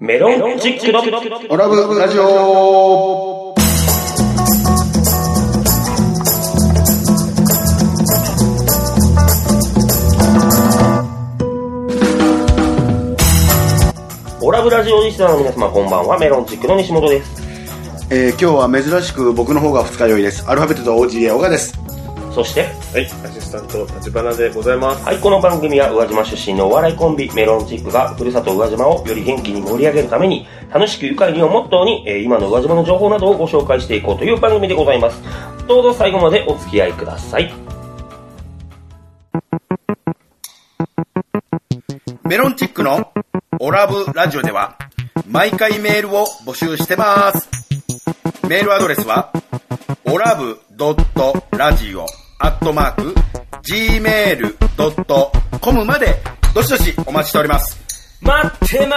メロンチックのオラブラジオオラブラジオリスナーの皆様こんばんはメロンチックの西本ですえー、今日は珍しく僕の方が二日酔いです。アルファベットと OGA オガです。そしてはい、アシスタント、立花でございます。はいこの番組は宇和島出身のお笑いコンビメロンチックがふるさと宇和島をより元気に盛り上げるために楽しく愉快にをモットーに、えー今の宇和島の情報などをご紹介していこうという番組でございますどうぞ最後までお付き合いくださいメロンチックのオラブラジオでは毎回メールを募集してます。メールアドレスはオラブドットラジオアットマーク gmail.com までどしどしお待ちしております。待ってま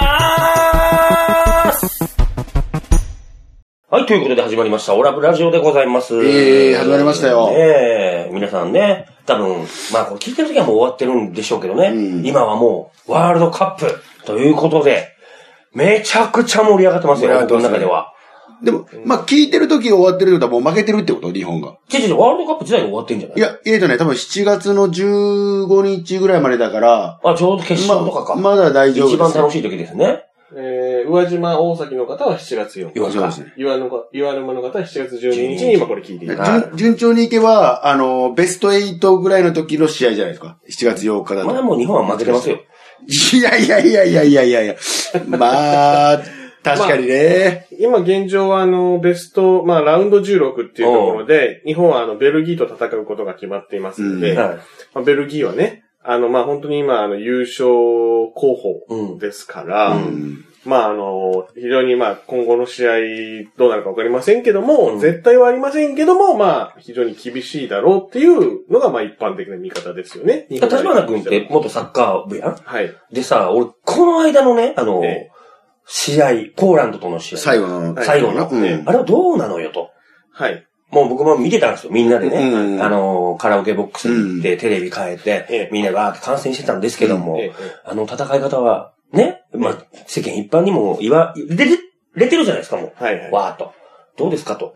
ーすはい、ということで始まりました、オラブラジオでございます。ええ始まりましたよねえ、皆さんね、多分、まあ、これ聞いてる時はもう終わってるんでしょうけどね、うん今はもう、ワールドカップということで、めちゃくちゃ盛り上がってますよ、盛り上がって僕まの中すねでは。でも、まあ、聞いてる時終わってるってことはもう負けてるってこと日本が。ちょちょちょ、ワールドカップ自体が終わってんじゃないいや、ええとね、多分7月の15日ぐらいまでだから、あ、ちょうど決勝とかか。ままだ大丈夫です一番楽しい時ですね。えー、宇和島大崎の方は7月4日。よそうですね。岩のか岩沼の方は7月12日に今これ聞いていた。はい順順調にいけば、あの、ベスト8ぐらいの時の試合じゃないですか。7月8日だまだと。もう日本は負けてますよ。いやいやいやいやいやいやいや。ま あ、確かにね。今現状はあの、ベスト、まあラウンド16っていうところで、日本はあの、ベルギーと戦うことが決まっていますので、うんまはい。あ、ベルギーはね、あの、まあ本当に今あの、優勝候うん補ですから、うんまああの、非常にまあ今後の試合どうなるかわかりませんけども、うん絶対はありませんけども、まあ非常に厳しいだろうっていうのがまあ一般的な見方ですよね。立花君って元サッカー部やんはい。でさ、俺、この間のね、あの、ええ試合、ポーランドとの試合。最後の。はい最後のうんえあれはどうなのよと。はい。もう僕も見てたんですよ、みんなでね。うんあの、カラオケボックスに行って、テレビ変えて、ええみんなが観戦してたんですけども、ええあの戦い方は、ね、まあ、世間一般にも言わ、出て、出てるじゃないですか、も。。はいはいうわーっと。どうですかと。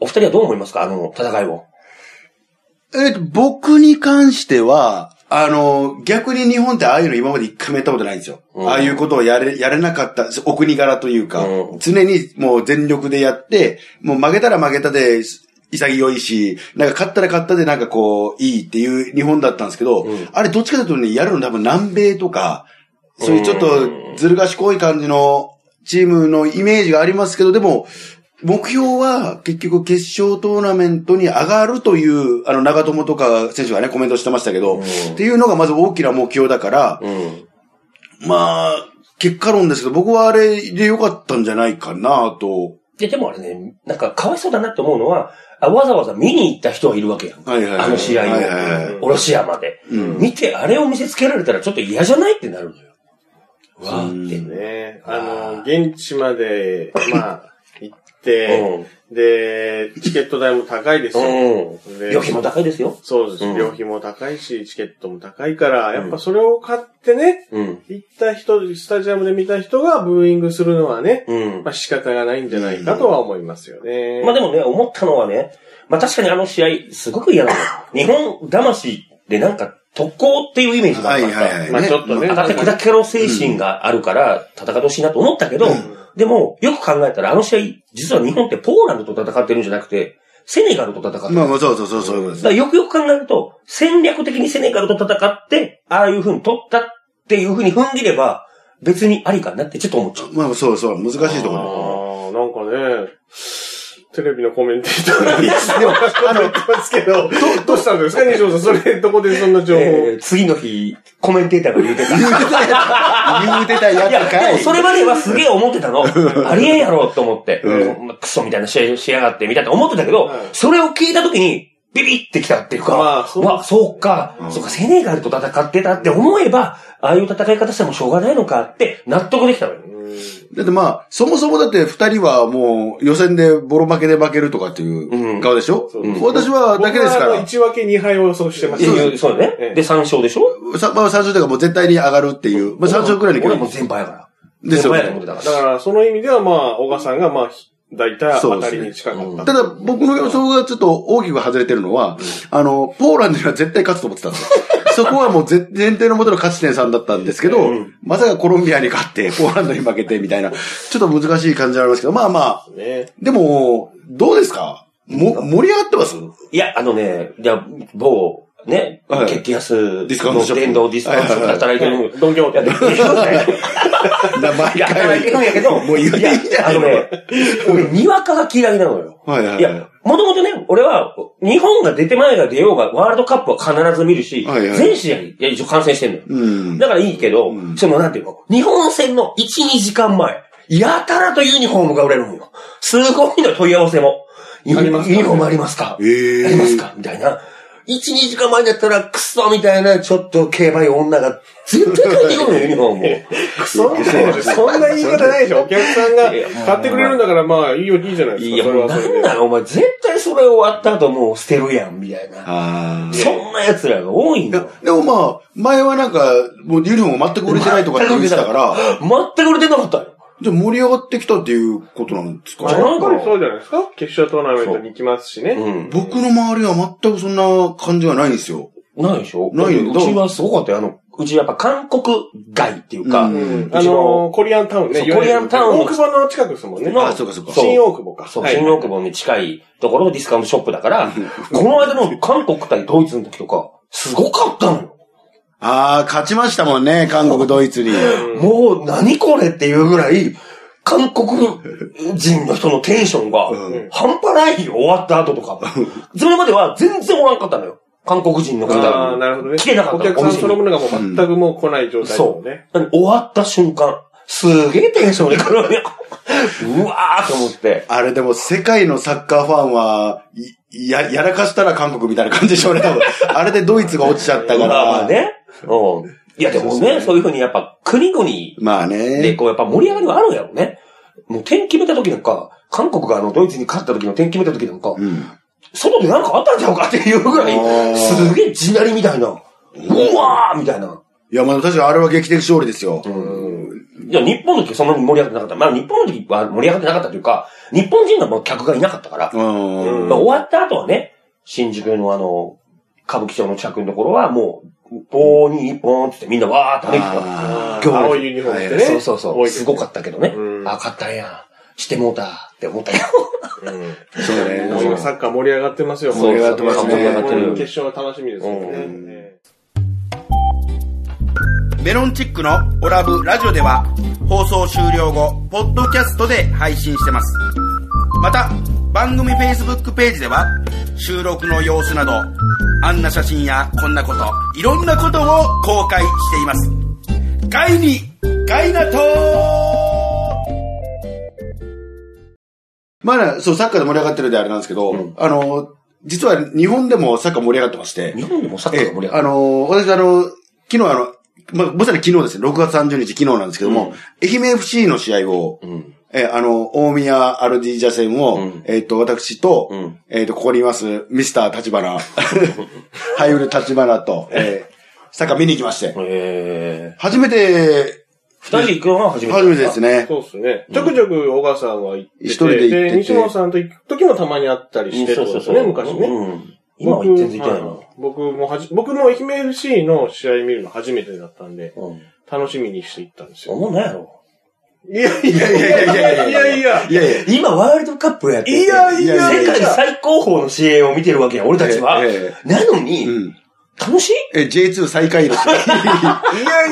お二人はどう思いますかあの、戦いを。えっと、僕に関しては、あの、逆に日本ってああいうの今まで一回もやったことないんですよ。うんああいうことをやれ、やれなかった、お国柄というか、うん常にもう全力でやって、もう負けたら負けたで、潔いし、なんか勝ったら勝ったでなんかこう、いいっていう日本だったんですけど、うんあれどっちかというとね、やるの多分南米とか、そういうちょっうんとずる賢い感じのチームのイメージがありますけど、でも、目標は結局決勝トーナメントに上がるという、あの、長友とか選手がね、コメントしてましたけど、うんっていうのがまず大きな目標だから、うん。まあ、結果論ですけど、僕はあれで良かったんじゃないかなと。で、でもあれね、なんか、かわいそうだなって思うのは、あわざわざ見に行った人はいるわけやん。はいはいはいあの試合を、はいはいはいロシアまで、うん見て、あれを見せつけられたらちょっと嫌じゃないってなるのよ。うわーって。ねああの、現地まで、まあ、行って、で、チケット代も高いですうよ。ん。うん。で料金も高いですよ。そうです。うん料費も高いし、チケットも高いから、やっぱそれを買ってね、うん。行った人、スタジアムで見た人がブーイングするのはね、うん。まあ仕方がないんじゃないかとは思いますよね。まあでもね、思ったのはね、まあ確かにあの試合、すごく嫌なのよ。日本魂でなんか特攻っていうイメージがあはっいたはいからはい。まあちょっとね当たって砕けろ精神があるから、戦ってほしいなと思ったけど、でも、よく考えたら、あの試合、実は日本ってポーランドと戦ってるんじゃなくて、セネガルと戦ってる。まあだまあ、そうそうそう、そういうことですからよくよく考えると、戦略的にセネガルと戦って、ああいう風に取ったっていう風に踏ん切れば、別にありかなってちょっと思っちゃう。まあそうそう、難しいところ。ああ、なんかね、テレビのコメンテーターに、でも、あの、ますけど、ど、どうしたんですか西本さん。それ、どこでそんな情報、えー次の日、コメンテーターが言うてた。言うてたやいや、つかでもい。それまではすげえ思ってたの。ありえんやろと思って、うまあクソみたいな試合しやがって、みたいな思ってたけど、はいそれを聞いたときに、ビビってきたっていうか、まあそうわそうか、うんそうか、セネガルと戦ってたって思えば、ああいう戦い方してもしょうがないのかって納得できたのよ。うんだってまあ、そもそもだって二人はもう予選でボロ負けで負けるとかっていう顔でしょ、うん私はだけですか僕はあのら、 1分け2敗を予想してまってす。いうそうよねえ。えで、3勝でしょさまあ、3勝というかもう絶対に上がるっていう、まあ3勝くらいの俺距はも離う。全敗やから。です先よ輩やと思ねっ。てただか。からら、その意味では、まあ、小川さんが、まあ、ひ大体そう当でたすねりに近かった。ただ、僕の予想がちょっと大きく外れてるのは、あの、ポーランドには絶対勝つと思ってたん ですよ。そこはもうぜ前提のもとの勝ち点3だったんですけど、まさかコロンビアに勝って、ポーランドに負けてみたいな、ちょっと難しい感じはありますけど、まあまあ、ね。でも、どうですかも、盛り上がってますいや、あのね、じゃあ某、ね、はい激安、ディスカウントショップ電動ディスカウントショップで働いてる。ドンキホーいや、テで。きるね。名前いや、働いてるんやけど、もう言っていいんじゃやないあのね、俺、にわかが嫌いなのよ。はいはいいや、もともとね、俺は、日本が出て前が出ようが、ワールドカップは必ず見るし、はいはい全試合、いや一応観戦してんのよ。うん。だからいいけど、うんその、なんていうの、日本戦の1、2時間前、やたらとユニフォームが売れるんよ。すごいの問い合わせも。ユあニりユニフますかねォームありますかえーありますかみたいな。1、2時間前だったら、クソみたいな、ちょっと、競馬い女が、絶対買ってくるのよ、ユニフォームを。クソみたいな、そんな言い方ないでしょ。お客さんがいやもう買ってくれるんだから、まあ、いいよ、いいじゃないですか。いや、それもうはなそんれでな。のお前、絶対それ終わった後もう捨てるやん、みたいな。あーそんな奴らが多いんいだやよ。、でもまあ、前はなんか、もうユニフォーム全く売れてないとかって言ってたから、全く売れてなかったよ。じゃあ盛り上がってきたっていうことなんですまかあそやっぱりそうじゃないですか決勝トーナメントに行きますしね。うん。僕の周りは全くそんな感じはないんですよ。ないでしょないようちはすごかったよ。あの、うちやっぱ韓国街っていうか、ううんん。あのー、コリアンタウンね。そういわゆるコリアンタウンの大久保の近くですもんね。のあ、そうかそうか。そう新大久保か。そう、はい新大久保に近いところのディスカウントショップだから、この間の韓国対ドイツの時とか、すごかったのよ。ああ、勝ちましたもんね、韓国、ドイツに。 もう何これっていうぐらい、韓国人の人のテンションが、うん半端ないよ、終わった後とか。それまでは全然おらんかったのよ。韓国人の方ああ、なるほどね。来てなかった。お客さんそのおものがもう全くもう来ない状態そのうね。。終わった瞬間、すげえテンションで来るのよ。 うわーと思って。あれでも、世界のサッカーファンは、いや、やらかしたら韓国みたいな感じでしょうね、多分。あれでドイツが落ちちゃったまかあまあら。ね。うん。いやでもね、そういうふうにやっぱ国々まあで、ね。こうやっぱ盛り上がりはあるんやろうね。もう点決めた時なんか、韓国があのドイツに勝った時の点決めた時なんか、うん。外でなんかあったんちゃうかっていうぐらあーい、すげえ地鳴りみたいな。うわーみたいな。いや、まあ確かにあれは劇的勝利ですよ。いや、日本の時はそんなに盛り上がってなかった。まあ、日本の時は盛り上がってなかったというか、日本人のもう客がいなかったから、うん。まあ終わった後はね、新宿のあの、歌舞伎町の近くのところはもう、棒に一本ってみんなわーって歩いてた。ああ今日ーも青いユニフォーム着てね。そうそうそう。すごかっったけどね。うんあ、勝ったんや。してもうたって思ったよ。た。うんあ、そうね。もう今サッカー盛り上がってますよ。盛り上がってますね盛り上がってる決勝は楽しみですよね。メロンチックのオラブラジオでは放送終了後、ポッドキャストで配信してます。また、番組 Facebook ページでは収録の様子など、あんな写真やこんなこと、いろんなことを公開しています。ガイに、ガイナトーまあね、そう、サッカーで盛り上がってるであれなんですけど、あの、実は日本でもサッカー盛り上がってまして、 日本でもサッカーえが盛り上え、がある。の、私、あの、昨日、あの、まあ、まさに昨日ですね、6月30日、昨日なんですけども、愛媛 FC の試合を、うん。え、あの、大宮アルディージャ戦を、うんえっ、と、私と、うんえっ、と、ここにいます、ミスター 立花、ハイウル立花と、えー、サッカー見に行きまして、えー。初めて、二人で行くのは初めて。初めてですね。そうですね。ちょくちょく小川さんは行ってて、一人で行ってて西本さんと行く時もたまに会ったりしてそたうんそうですそう。ね、昔ね。うん。今は全然行ってないな。僕はい僕もはじ、僕も愛媛 FC の試合見るの初めてだったんで、うん。楽しみにして行ったんですよ。思うなんやろ。いやいやいやいやいやいやいや。いやいや、今ワールドカップやってていやいやいや世界最高峰の試合を見てるわけや、俺たちはえええ。なのに、うん。楽しいえ、J2 最下位です。いや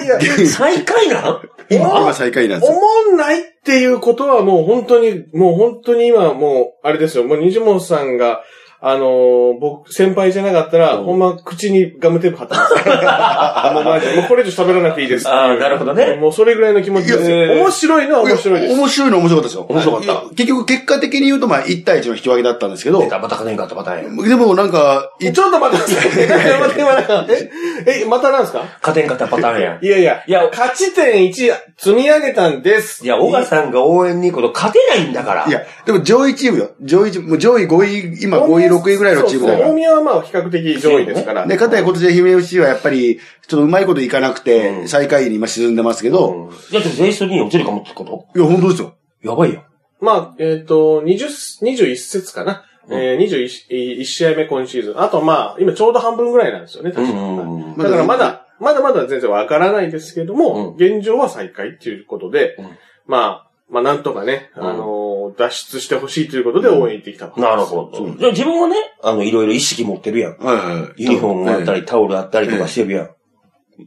いや。 最下位なん今今最下位なんですよ。思んないっていうことはもう本当に、もう本当に今もう、あれですよ、もう西本さんが、あのー僕、先輩じゃなかったら、うんほんま口にガムテープ貼ってますから。もうマジでもうこれ以上喋らなくていいですっていうあーなるほどねもうそれぐらいの気持ちですいやよ。面白いのは面白いです。面白いの面白かったですよ。面白かったいや結局、結果的に言うと、まあ、1対1の引き分けだったんですけど、出たバタかねんかったバタやん。でもなんか、いちょっと待ってください。 え待って待ってえ、え、またなんですか勝てんかったパターンやん。いやいや。いや勝ち点1積み上げたんです。いや、小川さんが応援に行くこと勝てないんだから。いや、でも上位チームよ。上位チーム、もう上位5位、今お5位、めで6位ぐらいのチームだそうかですね大ら。宮はまあ比較的上位ですから。で、かたや今年は姫 FC はやっぱり、ちょっとうまいこといかなくうんて、最下位に今沈んでますけど、じゃあ、全員に落ちるかもってこといや、本当ですよ。やばいよ。まあ、えっ、と、20、21節かな。うんえー、21一試合目今シーズン。あとまあ、今ちょうど半分ぐらいなんですよね。うんう確かはいんうん。だからまだ、まだまだ全然わからないですけども、うん現状は最下位っていうことで、うんまあ、まあなんとかね、うんあのー脱出してほしいということで応援行ってきたと、なるほそうど。じゃあ自分はね、あの、いろいろ意識持ってるやん。はいはいはい。ユニフォームあったり。り、タオルあったりとかしてるやん。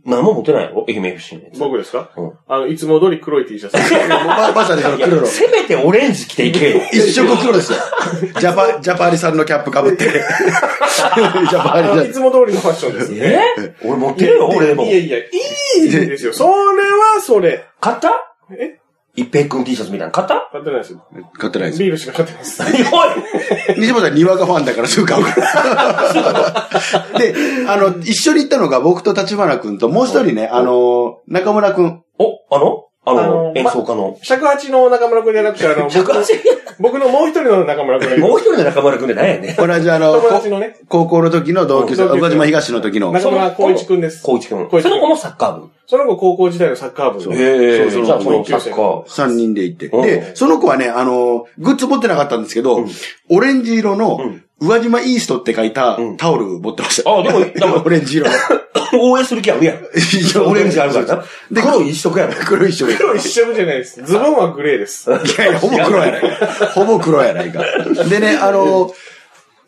何も持てないやろ愛媛 FC のやつ。僕ですか、うんあの、いつも通り黒い T シャツ。ま、まさにあのいや黒の。せめてオレンジ着ていけよ。一色黒ですよ。 ジャパ、ジャパリさんのキャッ プ被って。ジャパあリのさいん。つも通りのファッションです。え俺持ってるよ、俺でもい。やいや、いいですよ。それはそれ。買ったえ一平君 T シャツみたいなの買った 買ってないですよ。買ってないです。ビールしか買ってないです。おい西本はにわかファンだからすぐ買う から。で、あの、一緒に行ったのが僕と立花くんと、もう一人ね、あの、中村くん。お、あのああのの、演奏家の。尺八の中村くんじゃなくて、あ の、僕尺の八僕のもう一人の中村 くん。もう一人の中村くんでないやね。同じ あの、友こ達のね、高校の時の同級生、同級生岡島東の時の。中村光一くんです。光一君。光一そ君の子もサッカー部。その後高校時代のサッカー部の。へえ、そうそうじゃあそのサッカー。三人で行って。うんで、その子はね、あの、グッズ持ってなかったんですけど、オレンジ色の、宇和島イーストって書いたうんタオル持ってました。あでもなんか オレンジ色の。応援する気ある やん。 オレンジあるからな。で、黒一色やろ。黒一緒黒一色じゃないです。ズボンはグレーです。いやいや、ほぼ黒やないか。ほぼ黒やないか。でね、あの、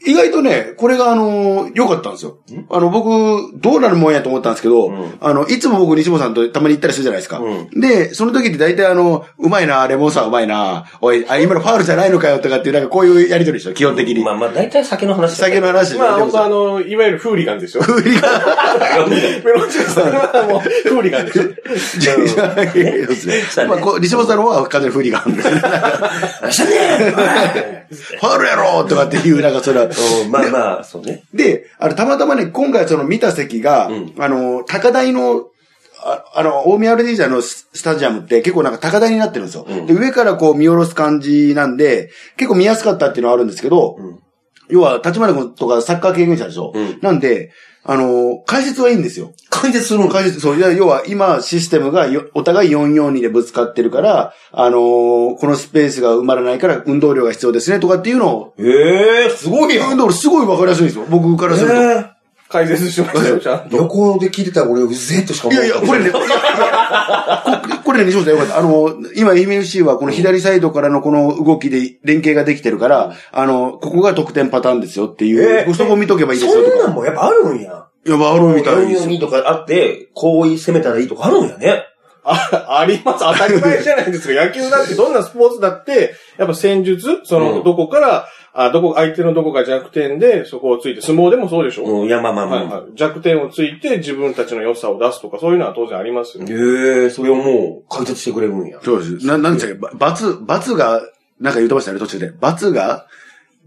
意外とね、これがあの、良かったんですよ。あの、僕、どうなるもんやと思ったんですけど、んあの、いつも僕、西本さんとたまに行ったりするじゃないですか。うで、その時って大体あの、うまいな、レモンさんうまいな、おい、あ、今のファウルじゃないのかよとかっていう、なんかこういうやりとりでしょ、基本的に。まあまあ、大体酒の話だ酒の話でしょまレあ、本モン当さあんの、いわゆるフーリガンですよ。フリが。 メロンチューさんはもう、フーリガンですよ。いやいやそうですねまあ、こう西本さんの方は完全にフリがあるんですねファウルやろとかっていう、なんかそれは。うんまあまあ、そうね。で、あの、たまたまね、今回その見た席が、うんあの、高台の、ああの、大宮アルディージャのススタジアムって結構なんか高台になってるんですよ、うんで。上からこう見下ろす感じなんで、結構見やすかったっていうのはあるんですけど、うん要は、立花君とかサッカー経験者でしょ、うんなんで、あの、解説はいいんですよ。解説するの解説、そう、いや要は今システムがよお互い442でぶつかってるから、あのこのスペースが埋まらないから運動量が必要ですねとかっていうのを、ええ、すごいや運ん。動量すごいわかりやすいんですよ。僕からすると。え解説しましたよ、ちゃんえ旅行で聞いてたら俺、うぜえとしかい思やわいなや、かったこれね、いやいや ここれね、西本さんよかった。あの、今、MFC はこの左サイドからのこの動きで連携ができてるから、あの、ここが得点パターンですよっていう、ええそこ見とけばいいですそよとんなか。んもやっぱあるんや。いや、ワールみたいですよ。 442とかあって、こう攻めたらいいとかあるんやね。 あ、あります。当たり前じゃないですか。野球だって、どんなスポーツだって、やっぱ戦術、そうんの、どこから、あ、どこ、相手のどこが弱点で、そこをついて、相撲でもそうでしょ。うん、いや、まあまあまはあいまあ。はい、弱点をついて自分たちの良さを出すとか、そういうのは当然ありますよね。ええ、それをもう解説してくれるんや。そうです。な、なんでしたっけ、ば罰、罰が、なんか言ってましたね、途中で。罰が、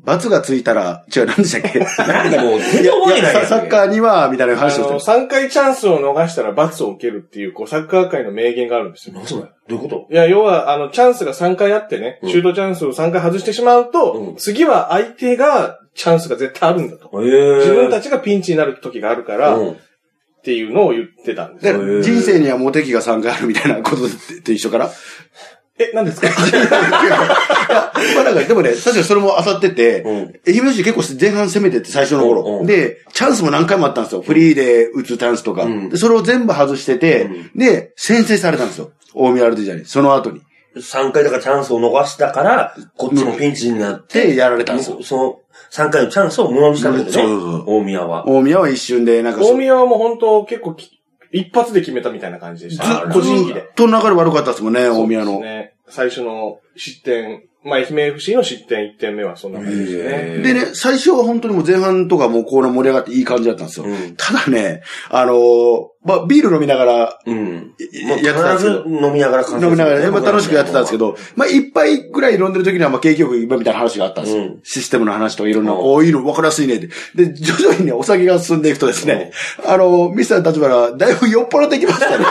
罰がついたら、違う、なんでした っけなんでもう、全然覚えてないややんササッカーには、みたいなあ話をしての、まし3回チャンスを逃したら罰を受けるっていう、こう、サッカー界の名言があるんですよ。何それどういうこといや、要は、あの、チャンスが3回あってね、シュートチャンスを3回外してしまうと、うん次は相手がチャンスが絶対あるんだと。ええ。自分たちがピンチになる時があるから、うっんていうのを言ってたんですた。よ。だからへえ人生にはモテ期が3回あるみたいなことと一緒 からえ、何ですかまあなんか、でもね、確かにそれも当たってて、うん愛媛市結構前半攻めてって最初の頃、うんうんで、チャンスも何回もあったんですよ。フリーで打つチャンスとか。うんでそれを全部外してて、うんで、先制されたんですよ。大宮アルディージャに。その後に。 3回だからチャンスを逃したから、こっちもピンチになって、で、やられたんですよ。その3回のチャンスを無能にしたってことね。そうそうそ大宮は。大宮は一瞬で、なんか大そう、宮はもう本当結構き一発で決めたみたいな感じでした。ず個人技で。と流れ悪かったですもんね、大宮そうのです。ね。最初の失点、まあ、愛媛 FC の失点1点目はそんな感じですでね。ね、最初は本当にもう前半とかもうコーナー盛り上がっていい感じだったんですよ。うんただね、あのーまあ、ビール飲みながらうん。いもうやってたん必ですずけど飲みながら観戦飲みながらね、まあ楽しくやってたんですけど。ど、まあ一杯ぐらい飲んでる時には、まあ景気よく今みたいな話があったんですよ。うんシステムの話とかいろんな、うんおーいいの分かりやすいねって。で、徐々にね、お酒が進んでいくとですね、あの、 ミスター立花はだいぶ酔っ払ってきましたね。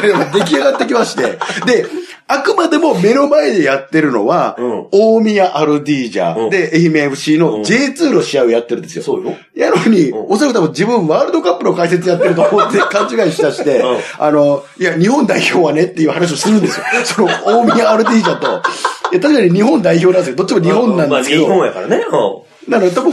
で出来上がってきまして。で、あくまでも目の前でやってるのは、うん大宮アルディージャで、愛媛 FC うんの J2 の試合をやってるんですよ。そうよ。やのに、うんおそらく多分自分ワールドカップの解説やってると思 って勘違いしたして、うんあの、いや、日本代表はねっていう話をするんですよ。その、大宮アルディージャと。いや、確かに日本代表なんですけど、どっちも日本なんですけど。まあまあ日本やからね。うなので多分、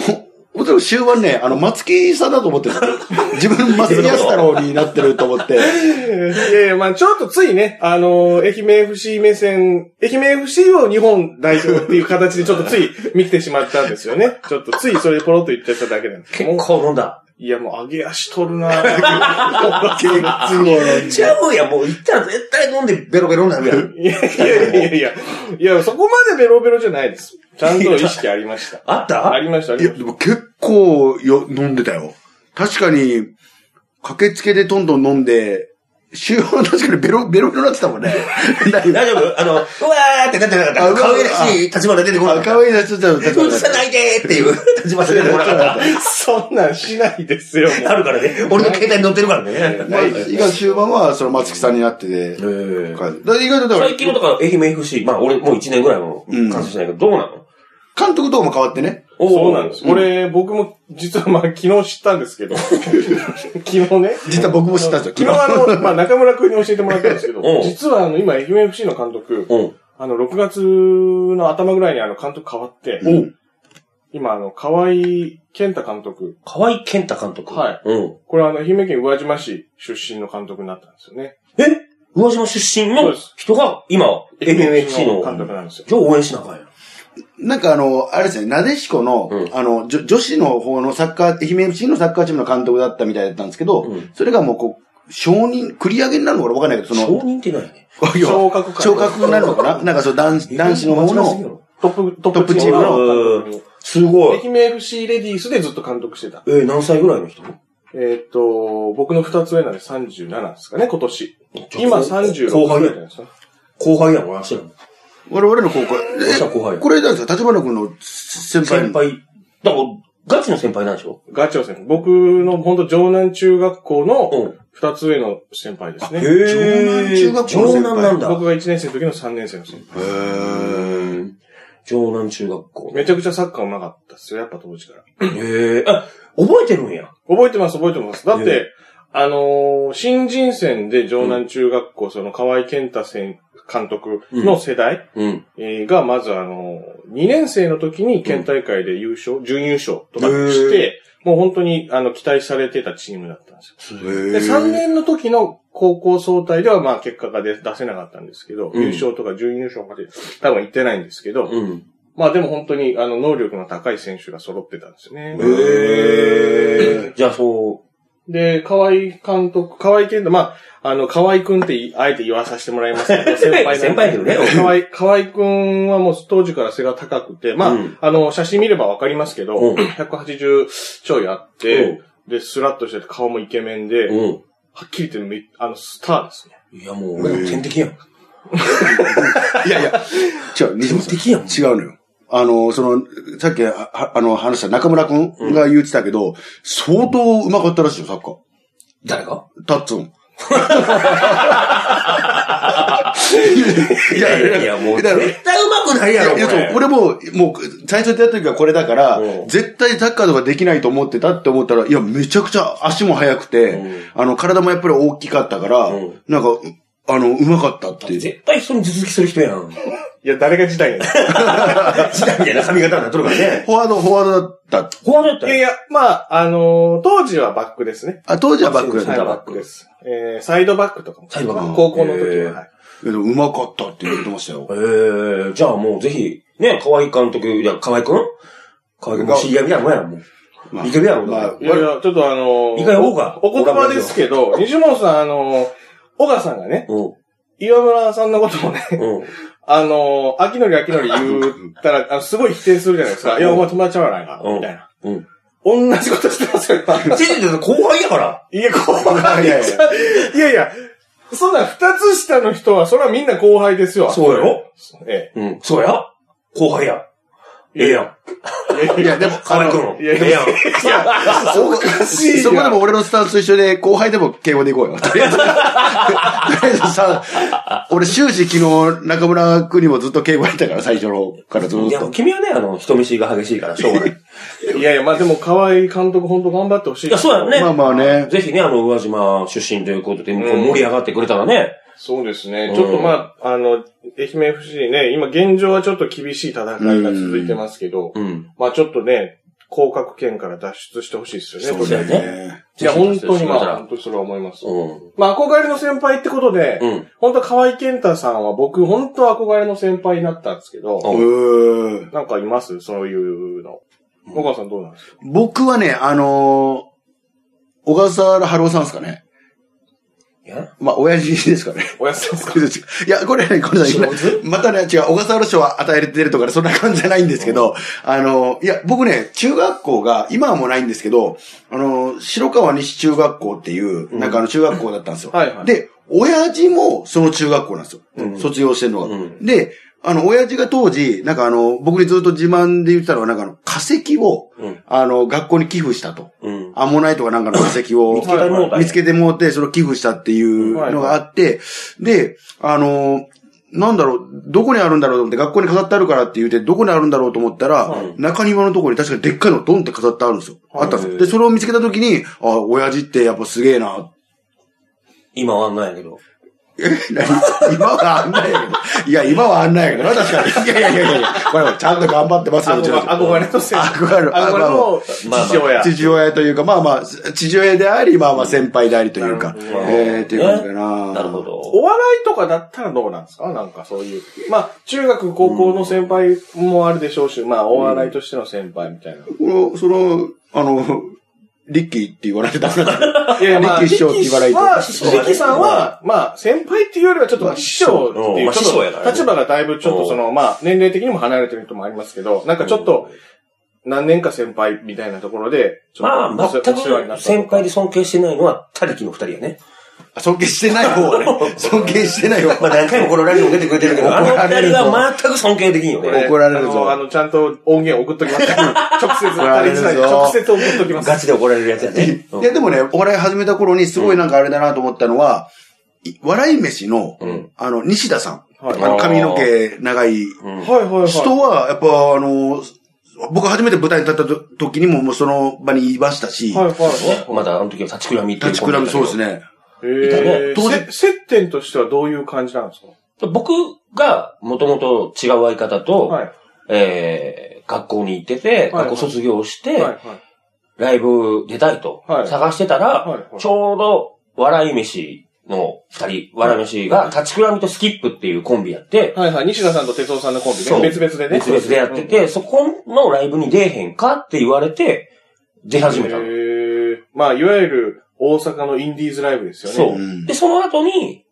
おそらく終盤ね、あの、松木さんだと思ってるんですよ。自分、松木安太郎になってると思 って。 いやいや、まあちょっとついね、あのー、愛媛 FC 目線、愛媛 FC を日本代表っていう形でちょっとつい見てしまったんですよ ね。ちょっとついそれでポロッと言っちゃっただけなんですけどん。も結構飲んだ。いや、もう上げ足取るな ぁ結構ねちゃうや、もう行ったら絶対飲んでベロベロになるやん。いやいやいやいやいや、そこまでベロベロじゃないです。ちゃんと意識ありました。あったありました、あいりや、までしも結構よ飲んでたよ。確かに、駆けつけでどんどん飲んで、終盤は確かにベロ、ベロベロになってたもんね。大丈夫あの、うわーってなってなかっあた。うわー可愛らしい立場で出てこなかった。赤いなちょっと、ちょっ映さないでーっていう立場で出てこなかった。た。そんなんしないです よ、もうあるからね。俺の携帯に載ってるからね。まあ、意外と終盤は、その松木さんになってて、だから意外とだから最、近のとか愛媛 FC、まあ俺もう1年ぐらいも完走してないけど、どうなの監督とも変わってね。そうなんです。俺、俺、僕も、実はまあ、昨日知ったんですけど。昨日ね。実は僕も知ったんです昨よ。日あの、まあ、中村君に教えてもらったんですけどうん、実はあの、今、愛媛 FC の監督、うん。あの、6月の頭ぐらいにあの、監督変わって、今あの、河合健太監督、河合健太監督。はい。うん。これはあの、愛媛県宇和島市出身の監督になったんですよね。え宇和島出身そうのです人が今、愛媛 FC の。監督なんですよ。じゃあ応援しなあかんやん。なんかあの、あれですね、なでしこの、うんあの、じょ女子の方のサッカー、愛媛 FC のサッカーチームの監督だったみたいだったんですけど、うんそれがもうこう、承認、繰り上げになるのかわかんないけど、その、承認ってないね。いや昇格か昇格になるのかななんかそう、男子、男子の方間違いすぎやの、ろトップ、トトップチームの監督に。すごい。愛媛 FC レディースでずっと監督してた。えー、何歳ぐらいの人えーっ、と、僕の二つ上なんで37ですかね、今年。今36後輩ぐやらいじゃないん。ですか。後輩やん、わしらの。我々の高校、したら後輩え、これなんですか立花君の先輩先輩。だから、ガチの先輩なんでしょガチョウ先輩。僕の本当城南中学校のうん。二つ上の先輩ですね。へ城南中学校の城先輩南なんだ。僕が1年生の時の3年生の先輩。へー城南中学校。めちゃくちゃサッカー上手かったですよ、やっぱ当時から。へえ。あ、覚えてるんや。覚えてます、覚えてます。だっええて、あのー新人戦で城南中学校、その河合健太先監督の世代、うん。えーが、まずあの、2年生の時に県大会で優勝、準優勝とかして、もう本当にあの、期待されてたチームだったんですよ。へで、ー3年の時の高校総体ではまあ結果が出出せなかったんですけど、うん優勝とか準優勝まで多分行ってないんですけど、うん。まあでも本当にあの、能力の高い選手が揃ってたんですよね。へえ。じゃあ、そで、河合監督、河合健太、まあ、あの、河合くんってい、あえて言わさせてもらいます けど、先輩なんで先輩だけどね河合、河合くんはもう当時から背が高くて、まあ、うんあの、写真見ればわかりますけど、うん180ちょいあっう。て、で、スラッとしてて顔もイケメンで、うん。うはっきり言ってめ、あの、スターですね。ん。いや、もう俺の天敵やん。いやいや、違う、西本さん。天敵やん。違うのよ。あの、その、さっき、ああの、話した中村くんが言ってたけど、相当上手かったらしいよ、サッカ誰がー。タッツン。 いやいやいや、もうだから絶対うまくないやろ、こいやそうれ。俺も、もう、最初でやった時はこれだからうん、絶対サッカーとかできないと思ってたって思ったら、いや、めちゃくちゃ足も速くうんて、あの、体もやっぱり大きかったからうん、なんか、あの、うまかったっていう。絶対人に頭突きする人やん。いや、誰が時 代やねん時代みたいな髪型になっとるからね。フォワード、フォワードだった。フォワードやったいやいよ。や、まあ、あのー当時はバックですね。あ、当時はバックやっサたイはドい。ババッッククです。えー、サイドバックとかも。サイドバック高校の時へーは。はいいやでもうまかったって言ってましたよ。ええ、じゃあもうぜひ、ね、河合監督、いや、河合くん河合くん、もう知り合いみたいなもんやん、もまう。あイケメンやろ、まあだっていやいや、ちょっとあのー一回オガおお言葉ですけど、西本さん、あのー、小川さんがね、うん。岩村さんのことをね、 うん。あのー、秋のり秋のり言ったら、あのすごい否定するじゃないですか。いや、お前友達じゃないかうん、みたいな。うん。同じことしてますよ、今先生って後輩やから。いや、後輩いやいじゃん。いやいや、そんな二つ下の人は、それはみんな後輩ですよ。そうやろえうん。そうや後輩や。え。ええやん。いや、でも、あ金のくん。ええやん。そこしいなそこでも俺のスタンスと一緒で、後輩でも敬語でいこうよ。とりあえず、とりあえずさ、俺終始昨日中村くんにもずっと敬語やったから、最初のからずっいや、と。君はね、あの、人見知りが激しいから、しょうがない。いやいや、まあでも、河合監督本当頑張ってほしい。いや、そうやんね。まあまあねぜひね、あの、宇和島出身ということで、こううん盛り上がってくれたらね。そうですねう。んちょっとまあ、あの、愛媛 FC ね、今現状はちょっと厳しい戦いが続いてますけど、うん。まあちょっとね、降格圏から脱出してほしいですよね、そうだよとりあえね。ずいや、本当にまぜひあ、本当にそれは思います。うん。まあ、憧れの先輩ってことで、うん。本当河合健太さんは僕、本当憧れの先輩になったんですけど、ううーんなんかいますそういうの。小川さんどうなんですか僕はね、あのー小笠原春夫さんですかね。いや、まあ、親父ですかね。おやすみですか いや、これね、これね、またね、違う、小笠原賞は与えてるとかね、そんな感じじゃないんですけど、あの、いや、僕ね、中学校が、今はもうないんですけど、あの、白川西中学校っていう、なんかあの中学校だったんですよ。はいはいで、親父もその中学校なんですよ。卒業してるのうが。んで、あの、親父が当時、なんかあの、僕にずっと自慢で言ってたのは、なんかあの、化石を、うんあの、学校に寄付したと。うん。アンモナイトかなんかの化石を。 見つけたもう見つけてもうて、それを寄付したっていうのがあって、で、あのー、なんだろう、どこにあるんだろうと思って、学校に飾ってあるからって言うて、どこにあるんだろうと思ったら、中庭のところに確かにでっかいのドンって飾ってあるんですよ。あったんですよ。で、それを見つけたときに、あ、親父ってやっぱすげえな。今はないけど。え何今はあんなんやけど。いや、今はあんなんやけどな、確かに。いやいやいやいやこれはちゃんと頑張ってますよ、うちの憧人憧れの先輩。憧れの憧れの父親。父親というか、まあまあ、父親であり、まあまあ先輩でありというか、なるほどえー、っていう感じかな。なるほど。お笑いとかだったらどうなんですかなんかそういう。まあ、中学、高校の先輩もあるでしょうし、まあ、お笑いとしての先輩みたいな。この、その、あの、リッキーって言われてたから。 いやいや、まあ、力力士師士匠って言わないとは力士さんは、まあ、先輩っていうよりはちょっとまあ師匠ってうんいまう、あち師匠ょやっからとね立場がだいぶちょっとその、まあ、年齢的にも離れてる人もありますけど、なんかちょっと、何年か先輩みたいなところで、ちょっとまあ、全お世話になくった先輩で尊敬してないのは、他力の二人やね。尊敬してない方 はね。尊敬してない方まあ何回もこのラジオ出てくれてる けど、あの怒られ二るぞ人は全く尊敬できんよこね。怒られるぞあの、あのちゃんと音源送っときます から。直接、怒られるぞ二人に直接送っときます。ガチで怒られるやつやね。うんいや、でもね、お笑い始めた頃にすごいなんかあれだなと思ったのは、い笑い飯の、うんあの、西田さん。はいあの、髪の毛長いうんはいはいはい。人は、やっぱあの、僕初めて舞台に立ったと時にももうその場にいましたし、はいはいはい。まだあの時は立ちくらみっていう立ちくらみそうですね。いたねええ当時せ接点としてはどういう感じなんですか僕が、もともと違う相方と、はい。えー、学校に行ってて、はい学校卒業して、はいはい。ライブ出たいと、はい探してたら、はいはいちょうど、笑い飯の二人、笑い飯が、立ちくらみとスキップっていうコンビやって、はいはい。西田さんと哲夫さんのコンビそうね。別々でね。別々でやってて、そこのライブに出えへんかって言われて、出始めたの。へえまあ、いわゆる大阪のインディーズライブですよね。そう。うんで、その後に、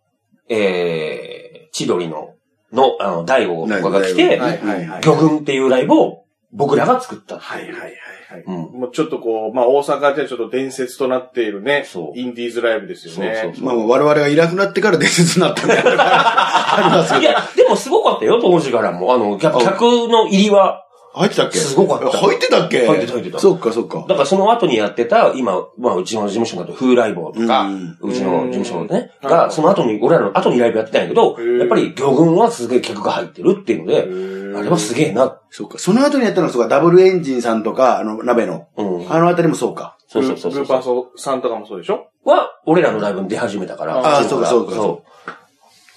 えー、千鳥の、の、あの、大悟とかが来て、はいはいはい。魚群っていうライブを僕らが作った。はいはいはいはい。うん。もうちょっとこう、まあ大阪ではちょっと伝説となっているね、そうインディーズライブですよね。そうそうまあ、我々がいなくなってから伝説になったみたいなのがありますけいど。や、でもすごかったよ、当時からも。あの、客客の入りは。入ってたっけすごかった入ってたっけ入ってた入ってたそっかそっか。だからその後にやってた、今、まあ、うちの事務所だと、風来坊とか、ううんちの事務所のね、うんが、その後に、俺らの後にライブやってたんやけどへー、やっぱり魚群はすげえ客が入ってるっていうのへで、ーあれはすげえな。そっか。その後にやったのはそうか、ダブルエンジンさんとか、あの、鍋の。うん。あのあたりもそうか。そうそうそうブそーパーう。ソさんとかもそうでしょは、俺らのライブに出始めたから。あーちのそうからそうそ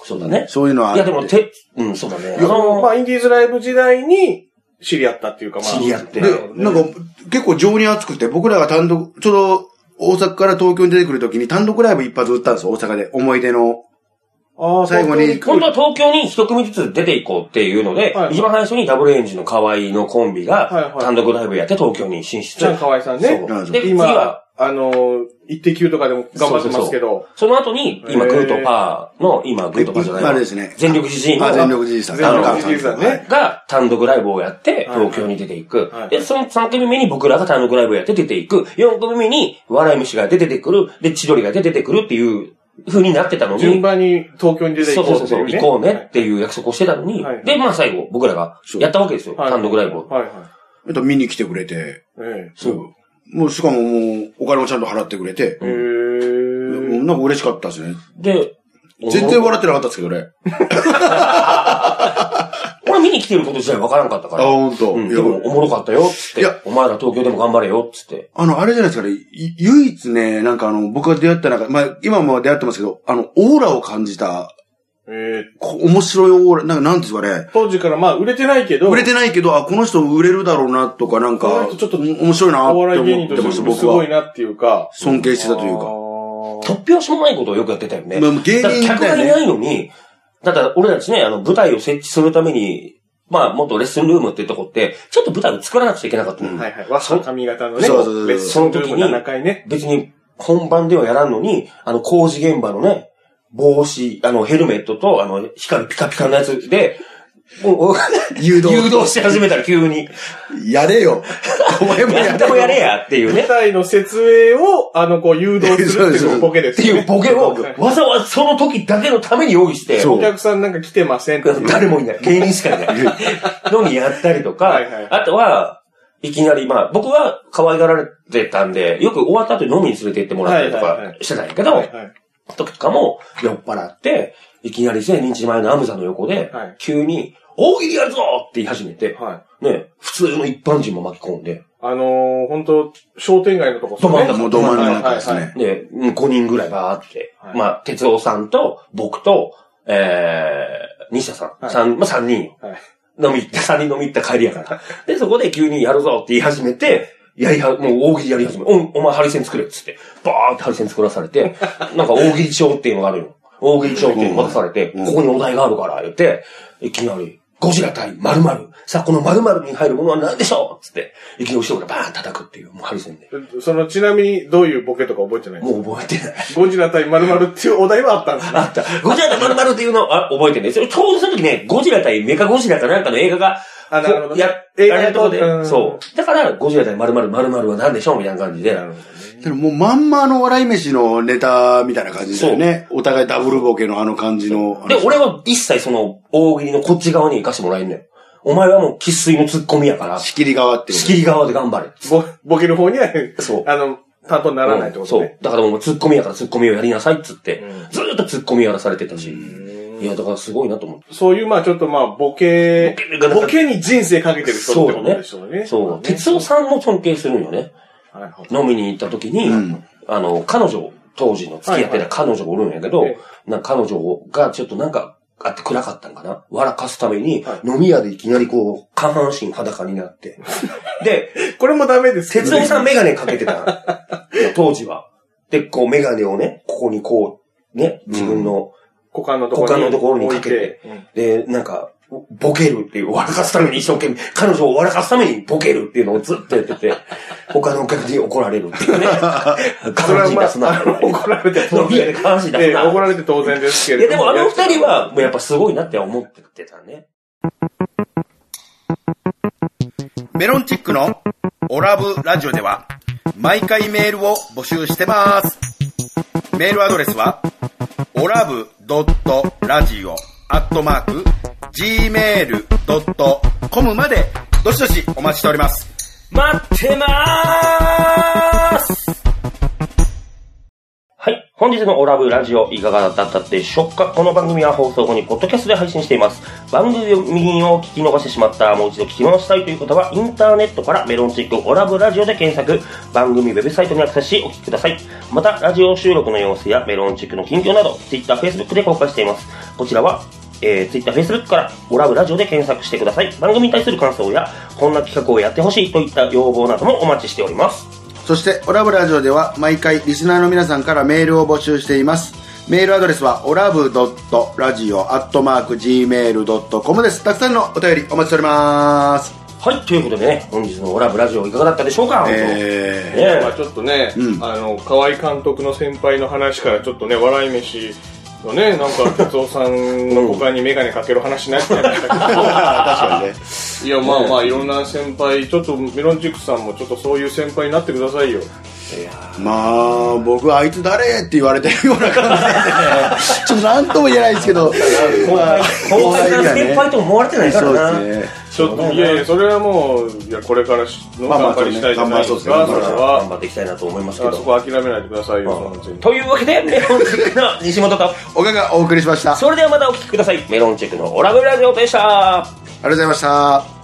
う。そうだね。そういうのは。いや、でも、て、うん、そうだね。あまの、あインディーズライブ時代に知り合ったっていうか、まあ。知り合ってで、なんか、結構情に熱くて、僕らが単独、ちょうど、大阪から東京に出てくるときに単独ライブ一発打ったんですよ、大阪で。思い出の。ああ、最後に東京本当は東京に一組ずつ出ていこうっていうので、はい一番最初にダブルエンジンの河合のコンビはいがはい単独ライブやって東京に進出。じゃあ河合さんねそううんで、次は今、、あのー、一滴とかでも頑張ってますけど。その後に、今、へーグーとパーの、今、グーとパーじゃないわあれですね全力自信あ、の全力じいさん。全力じいさんねはいが単独ライブをやって、はい東京に出ていく。はいで、その3組目に僕らが単独ライブをやって出ていく。4組目に笑い虫が出てくる。で、千鳥が出てくるっていう風になってたのに、順番に東京に出てそ行うこうそっうそていうう、そう、ね。行こうねっていう約束をしてたのにはい、で、まあ最後、僕らがやったわけですよ。はい単独ライブを。はいはえっと、見に来てくれて、い。えそう。もう、しかももう、お金もちゃんと払ってくれてえ。、へうーんなんか嬉しかったですね。で、全然笑ってなかったですけどね。俺見に来てること自体分からんかったかあ、ら。ほんと。うん、いでやも、おもろかったよ、つっいてや。お前ら東京でも頑張れよ、つって。あの、あれじゃないですかね。い唯一ね、なんかあの、僕が出会った中、まあ、今も出会ってますけど、あの、オーラを感じた、えーこ面白いオーラ、なんか、なんていうんですかね。当時からまあ売れてないけど、売れてないけど、あ、この人売れるだろうなとか、なんこのか、人ちょっと面白いなってお笑い思芸っ人てとましした、ても僕すごいは。なっていうか。尊敬してたというか。か。突拍子もないことをよくやってたよね。まあ芸人だかだよらね客がいないのに、だから俺たちね、あの、舞台を設置するために、まあ、元レッスンルームっていうとこって、ちょっと舞台を作らなくちゃいけなかったの。はいはい。和装髪型のね、そうそうそうレッスンルーム7階ね。別に本番ではやらんのに、あの、工事現場のね、帽子、あの、ヘルメットと、あの、光るピカピカのやつで、もう誘導誘導し始めたら急に。やれよ。お前もややっれてもよ。やれやっていうね舞。台の設営を、あの、こう、誘導するっていうのがボケでっすてよいね。うボケを、わざわざその時だけのために用意して、そうお客さんなんか来てませんっていう誰もいない。芸人しかいない。のにやったりとか、はいはいあとは、いきなり、まあ、僕は可愛がられてたんで、よく終わった後に飲みに連れて行ってもらったりとはいはいかはしてたんやけど、はいはいとかも酔っ払って、いきなり千日前のアムザの横ではい、急に、大喜利やるぞって言い始めて、はい。ね、普通の一般人も巻き込んで、あのー、本当商店街のとこど真ん中 もうど真ん中ですはいはね。いで、うん5人ぐらいバーって、はいまあ、哲夫さんと、僕と、えー、西田さん、はい三まあ3人よはい飲み行って、3人飲み行った帰りやから。で、そこで急にやるぞって言い始めて、やりは、もう大喜利やり始め、お、お前ハリセン作れっつって、バーってハリセン作らされて、なんか大喜利帳っていうのがあるよ。大喜利帳っていうの渡されて、うんここにお題があるから、言って、いきなり、ゴジラ対〇〇。さあ、この〇〇に入るものは何でしょうっつって、いきなり後ろからバーン叩くっていう、もうハリセンで。その、ちなみにどういうボケとか覚えてないんですもう覚えてない。かゴジラ対〇〇っていうお題はあったんですね。あった。ゴジラと〇〇っていうのを、あ、覚えてるんですよ。ちょうどその時ね、ゴジラ対メカゴジラかなんかの映画が、あなるほどねや、映映画画ののとこでう、んそう。だから、ゴジラ対〇〇〇〇は何でしょうみたいな感じで。なるほどね。でももうまんまあの笑い飯のネタみたいな感じだよね。お互いダブルボケのあの感じの。であの、俺は一切その、大喜利のこっち側に行かしてもらえんのよ。お前はもう喫水のツッコミやから、仕仕切り側ってこと切り側で頑張れ。ボ、ボケの方には、そうあの、担当にならないってことね。そう。だからもうツッコミやからツッコミをやりなさいっつって、うんずーっとツッコミやらされてたし。いや、だからすごいなと思って。そういう、まあちょっとまあボケボケが、なんかボケに人生かけてる人ってそこうとねでしょうね。そう。哲夫さんも尊敬するんよね。はいはい飲みに行った時に、うんあの、彼女、当時の付き合ってた彼女がおるんやけど、はいはいなんか彼女がちょっとなんかあって暗かったんかな笑かすために、はい飲み屋でいきなりこう、下半身裸になって。 で、これもダメですけど哲夫さんメガネかけてた のよ当時は。で、こうメガネをね、ここにこう、ね、自分の、股間のところに。股間のところにかけて置い。うんで、なんか、ボケるっていう、笑かすために一生懸命、彼女を笑かすためにボケるっていうのをずっとやって て、他のお客に怒られるって いうね。それ彼は女ま出すな。あ、あの怒られて当 飲み屋然で。下半身出えすえな。怒られて当然ですけいれや、でども。もあの二人は、もうやっぱすごいなって思ってたね。メロンチックのオラブラジオでは毎回メールを募集してます。メールアドレスはオラブドットラジオアットマーク gmail.com までどしどしお待ちしております。待ってまーすはい。本日のオラブラジオいかがだったでしょうかこの番組は放送後にポッドキャストで配信しています。番組を右を聞き逃してしまった、もう一度聞き直したいという方は、インターネットからメロンチックオラブラジオで検索、番組ウェブサイトにアクセスしお聞きください。また、ラジオ収録の様子やメロンチックの近況など、Twitter、Facebook で公開しています。こちらは、えー、Twitter、Facebook から、オラブラジオで検索してください。番組に対する感想や、こんな企画をやってほしいといった要望などもお待ちしております。そして、オラブラジオでは毎回リスナーの皆さんからメールを募集しています。メールアドレスは、オラブドットラジオアットマーク Gmail.com です。たくさんのお便りお待ちしております。はい、ということでね、本日のオラブラジオいかがだったでしょうか、え本当まあねちょっとね、うんあの、河合監督の先輩の話からちょっとね、笑い飯のね、なんか、哲夫さんの他にメガネかける話になっちゃいましたけど、 確かにね。いや、まあまあ、いろんな先輩、ちょっとメロンチックさんもちょっとそういう先輩になってくださいよ。まあ、僕、あいつ誰って言われてるような感じなんで、 ちょっとなんとも言えないですけど、後まあ輩、後輩から先輩と思われてないからな。そうですね。ちょっと、いやいや、それはもう、いや、これからのまあまあ頑張りしたいじゃないですまか、あそそれ頑うですねは。張っていきたいなと思いますけあそど。こ諦めないでくださいよ、その全部というわけで、メロンチェックの西本か。おかがお送りしました。ありそれではまたお聞きください。メロンチェックのオラブラジオでした。がとうございました。